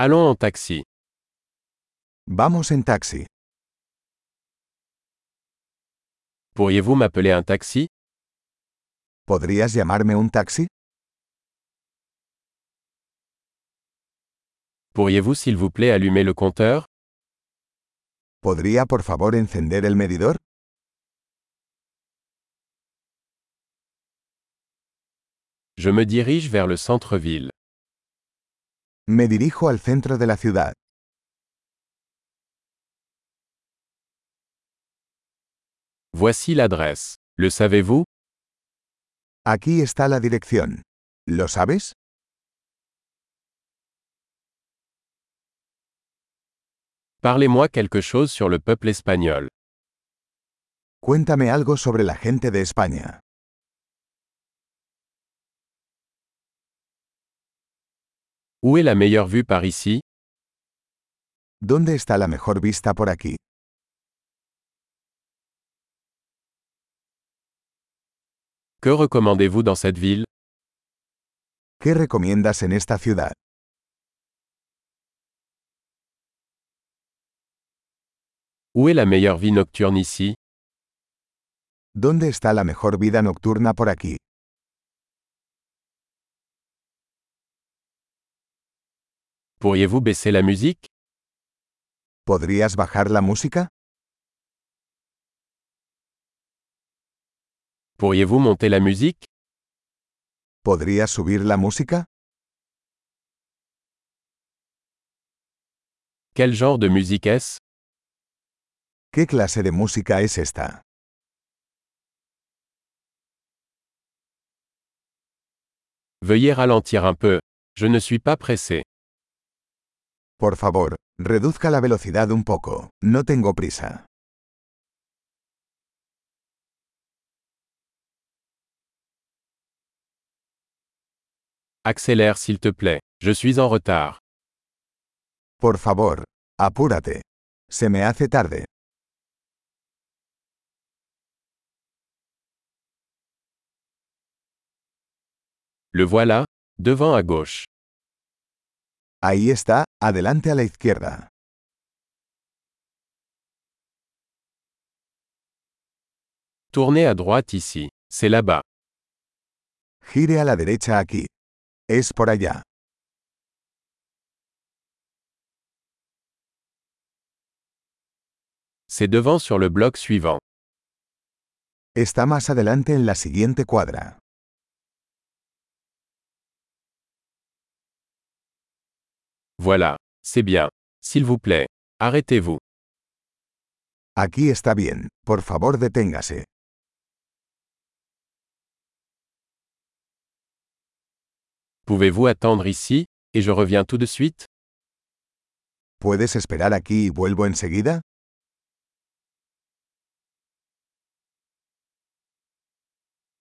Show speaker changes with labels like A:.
A: Allons en taxi.
B: Vamos en taxi.
A: Pourriez-vous m'appeler un taxi
B: ¿Podrías llamarme un taxi?
A: Pourriez-vous s'il vous plaît allumer le compteur
B: ¿Podría por favor encender el medidor?
A: Je me dirige vers le centre-ville.
B: Me dirijo al centro de la ciudad.
A: Voici l'adresse. Le savez-vous
B: Aquí está la dirección. ¿Lo sabes?
A: Parlez-moi quelque chose sur le peuple espagnol.
B: Cuéntame algo sobre la gente de España.
A: Où est la meilleure vue par ici
B: ¿Dónde está la mejor vista por aquí?
A: Que recommandez-vous dans cette ville
B: ¿Qué recomiendas en esta ciudad?
A: Où est la meilleure vie nocturne ici
B: ¿Dónde está la mejor vida nocturna por aquí?
A: Pourriez-vous baisser la musique
B: ¿Podrías bajar la música?
A: Pourriez-vous monter la musique
B: ¿Podrías subir la música?
A: Quel genre de musique est-ce
B: ¿Qué clase de música es esta?
A: Veuillez ralentir un peu. Je ne suis pas pressé.
B: Por favor, reduzca la velocidad un poco. No tengo prisa.
A: Accélère s'il te plaît. Je suis en retard.
B: Por favor, apúrate. Se me hace tarde.
A: Le voilà, devant à gauche.
B: Ahí está, adelante a la izquierda.
A: Tournez à droite ici. C'est là-bas.
B: Gire a la derecha aquí. Es por allá.
A: C'est devant sur le bloc suivant.
B: Está más adelante en la siguiente cuadra.
A: Voilà. C'est bien. S'il vous plaît, arrêtez-vous.
B: Aquí está bien. Por favor, deténgase.
A: Pouvez-vous attendre ici, et je reviens tout de suite
B: ¿Puedes esperar aquí y vuelvo enseguida?